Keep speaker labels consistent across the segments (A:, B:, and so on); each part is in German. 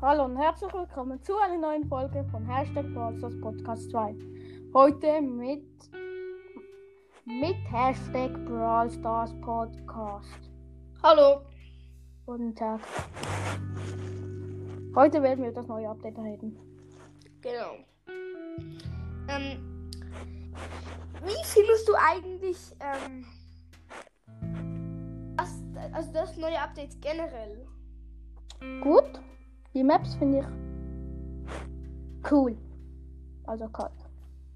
A: Hallo und herzlich willkommen zu einer neuen Folge von Hashtag Brawlstars Podcast 2. Heute mit, mit Hashtag Brawlstars Podcast.
B: Hallo.
A: Guten Tag. Heute werden wir über das neue Update reden.
B: Genau. Ähm, wie findest du eigentlich ähm, das, also das neue Update generell?
A: Gut? Die Maps finde ich cool. Also kalt.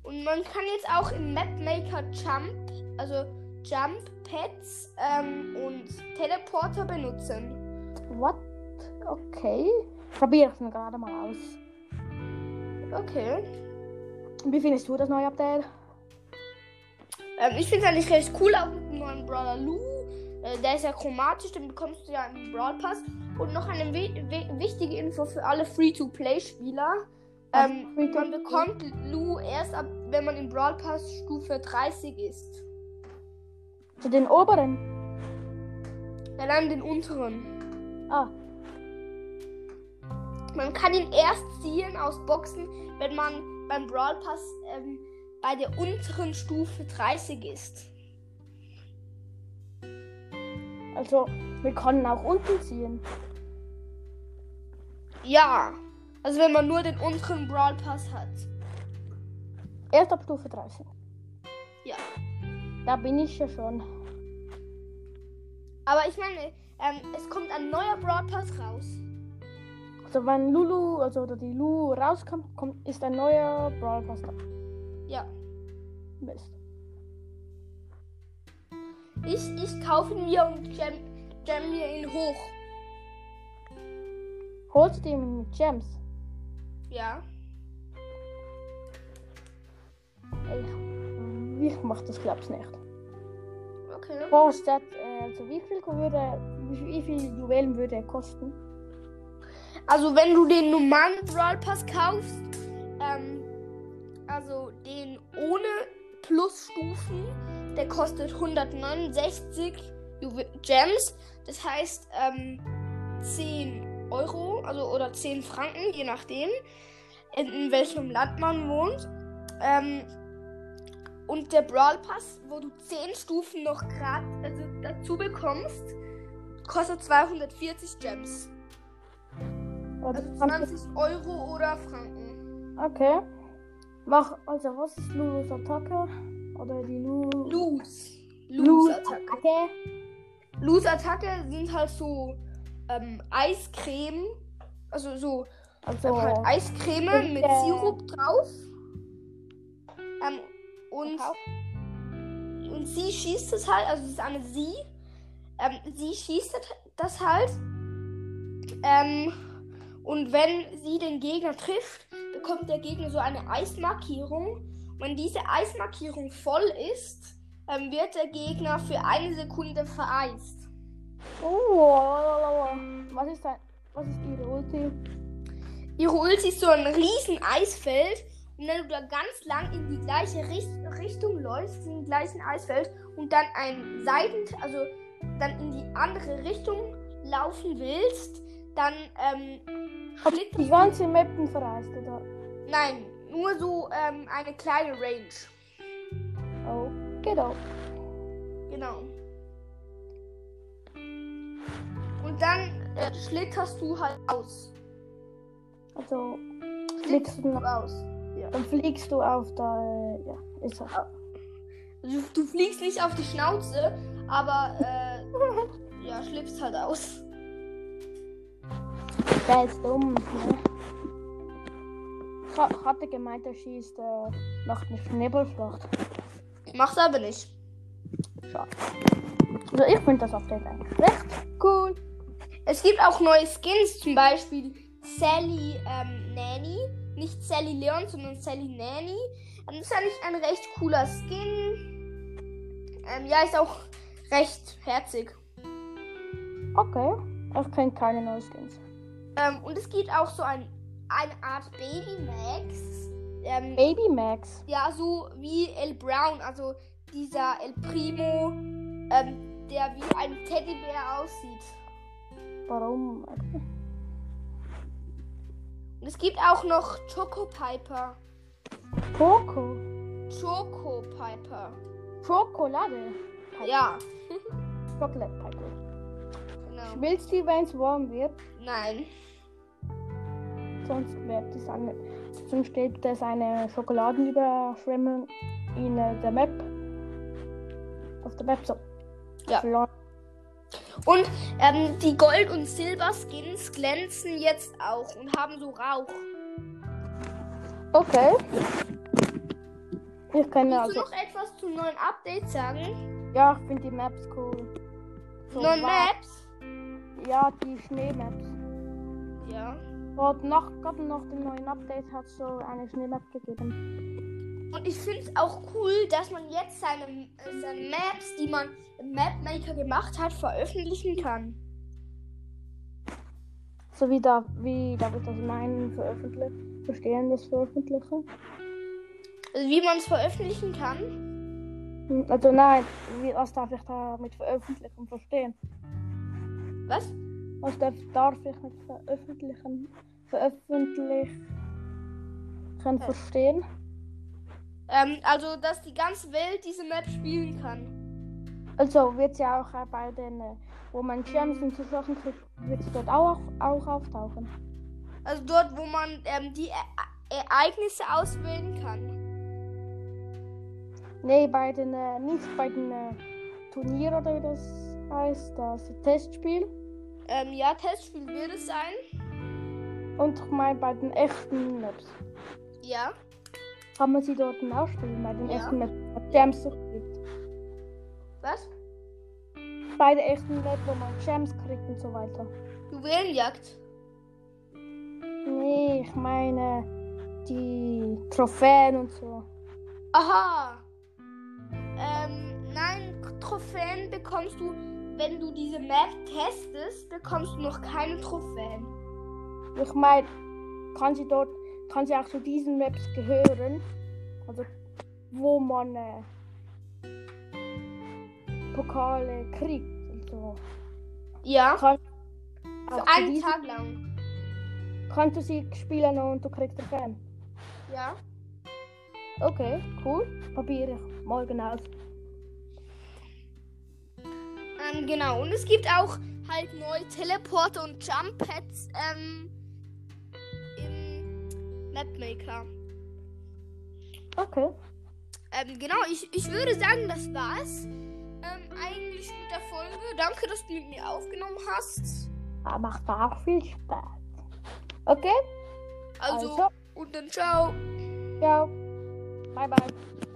B: Und man kann jetzt auch im Map Maker Jump, also Jump Pads ähm, und Teleporter benutzen.
A: What? Okay. Probiere es mir gerade mal aus.
B: Okay.
A: Wie findest du das neue Update?
B: Ähm, ich finde es eigentlich recht cool, auch mit dem neuen Brawler Lou. Äh, der ist ja chromatisch, den bekommst du ja im Brawl Pass. Und noch eine wi wi wichtige Info für alle Free-to-Play-Spieler.
A: Was?
B: Ähm,
A: Free-to-play?
B: man bekommt Lou erst ab, wenn man im Brawl Pass Stufe 30 ist.
A: Zu den oberen.
B: Ja, dann den unteren.
A: Ah,
B: Man kann ihn erst ziehen aus Boxen, wenn man beim Brawl Pass ähm, bei der unteren Stufe 30 ist.
A: also wir können auch unten ziehen.
B: Ja. Also wenn man nur den unteren Brawl Pass hat.
A: Erst ab Stufe 30.
B: Ja.
A: Da bin ich ja schon.
B: Aber ich meine, ähm, es kommt ein neuer Brawl Pass raus.
A: Also wenn Lulu, also oder die Lu rauskommt, kommt, ist ein neuer Brawl Pass da.
B: Ja.
A: Mist.
B: Ich, ich kaufe ihn mir und jam, jam mir ihn hoch.
A: Holst du ihn mit Gems?
B: Ja.
A: Ich, ich mach das glaub's nicht.
B: Okay.
A: Kostet, äh, also wie viel würde, wie, wie viel Juwelen würde er kosten?
B: Also wenn du den normalen Brawl Pass kaufst, ähm, also den ohne Plusstufen, der kostet 169 Juwe Gems. Das heißt ähm, 10 Euro, also oder 10 Franken, je nachdem, in, in welchem Land man wohnt. Ähm, und der Brawl Pass, wo du 10 Stufen noch grad, also dazu bekommst, kostet 240 Gems.
A: Oder
B: Also
A: kannst du-
B: 20 Euro oder Franken.
A: Okay. Mach, also was ist Lulus Attacke? Oder die Lu
B: Lose.
A: Lulus
B: Lose Attacke.
A: Attacke?
B: Lose Attacke sind halt so ähm, Eiscreme. Also so
A: Also,
B: ähm, halt Eiscreme
A: Und,
B: mit
A: äh,
B: Sirup drauf. Ähm, und,
A: Kakao?
B: und sie schießt es halt, also es ist eine sie. Ähm, sie schießt das halt. Ähm, und wenn sie den Gegner trifft, bekommt der Gegner so eine Eismarkierung. Wenn diese Eismarkierung voll ist, ähm, wird der Gegner für eine Sekunde vereist.
A: oh, lalalala. was ist dein, was ist ihre Ulti?
B: Ihre Ulti ist so ein riesen Eisfeld. Und wenn du da ganz lang in die gleiche Richt- Richtung läufst, in den gleichen Eisfeld, und dann ein Seiten, also dann in die andere Richtung laufen willst, dann ähm,
A: Die
B: splittert.
A: ganze Mappen verreist, oder?
B: Nein, nur so ähm, eine kleine Range.
A: Oh, genau.
B: Genau. Und dann äh, schlitterst du halt aus.
A: Also, fliegst du,
B: Du aus.
A: dann fliegst du auf da, äh, ja, ist er.
B: Du, du fliegst nicht auf die Schnauze, aber äh, ja, schlippst halt aus.
A: Der ist dumm, ne? Ich ha- hatte gemeint, er schießt, äh, macht eine Schneeballschlacht.
B: Macht aber nicht.
A: Schade. Also, ich finde das Update eigentlich recht cool.
B: Es gibt auch neue Skins, zum Beispiel Sally ähm, Nanny. Nicht Sally Leon, sondern Sally Nanny. Ähm, Das ist eigentlich ein recht cooler Skin. Ähm, ja, ist auch recht herzig.
A: Okay, ich kenne keine neuen Skins.
B: Ähm, und es gibt auch so ein, eine Art Baby Max. Ähm,
A: Baby Max.
B: Ja, so wie El Brown, also dieser El Primo, ähm, der wie ein Teddybär aussieht.
A: Warum?
B: Und es gibt auch noch Choco Piper.
A: Poco.
B: Choco Piper.
A: Schokolade.
B: Ja,
A: Chocolate Piper.
B: genau.
A: Willst du, wenn es warm wird?
B: Nein.
A: Sonst wird es eine, sonst steht es eine Schokoladenüberschwemmung in äh, der Map. Auf der Map so.
B: Ja.
A: Flor-
B: Und ähm, die Gold- und Silberskins glänzen jetzt auch und haben so Rauch.
A: Okay. Ich kann
B: Willst
A: also.
B: du noch etwas zu neuen Updates sagen?
A: Ja, ich finde die Maps cool. So
B: Neuen
A: wa-
B: Maps?
A: Ja, die Schneemaps.
B: Ja.
A: Dort nach, gerade nach dem neuen Update hat es so eine Schneemap gegeben.
B: Und ich finde es auch cool, dass man jetzt seine, äh, seine Maps, die man im Map Maker gemacht hat, veröffentlichen kann.
A: So wie da, wie darf ich das meinen veröffentlichen? Verstehen das veröffentlichen?
B: Also wie man es veröffentlichen kann.
A: Hm, Also nein, wie, was darf ich da mit veröffentlichen verstehen?
B: Was?
A: Was darf, darf ich mit veröffentlichen, veröffentlichen verstehen?
B: Ähm, also, dass die ganze Welt diese Map spielen kann.
A: Also wird ja auch äh, bei den, äh, wo man Gems und so Sachen kriegt, wird es dort auch, auch auftauchen.
B: Also dort, wo man ähm, die e Ereignisse auswählen kann.
A: Nee, bei den, äh, nicht bei den äh, Turnier oder wie das heißt, das Testspiel.
B: Ähm, ja, Testspiel wird es sein.
A: Und ich meine, bei den echten Maps
B: Ja.
A: kann man sie dort auch spielen, bei den
B: Ja.
A: echten Maps, wo man Gems so kriegt.
B: Was?
A: Bei den echten Maps, wo man Gems kriegt und so weiter.
B: Juwelenjagd.
A: Nee, ich meine die Trophäen und so.
B: Aha. Ähm, nein, K- Trophäen bekommst du, wenn du diese Map testest, bekommst du noch keine Trophäen.
A: Ich meine, kann sie dort, kann sie auch zu diesen Maps gehören. Also, wo man äh, Pokale kriegt und so.
B: Ja.
A: Kann,
B: Für
A: auch zu
B: einen
A: diesen,
B: Tag lang.
A: kannst du sie spielen und du kriegst Trophäen.
B: Ja.
A: Okay, cool. Probiere ich genau. morgen aus.
B: Ähm, genau. Und es gibt auch halt neue Teleporter und Jump Pads ähm, im Mapmaker.
A: Okay.
B: Ähm, genau, ich, ich würde sagen, das war's. Ähm, eigentlich mit der Folge. Danke, dass du mit mir aufgenommen hast.
A: Ah, Macht auch viel Spaß. Okay,
B: Also,
A: also
B: und dann ciao.
A: ciao. Bye, bye.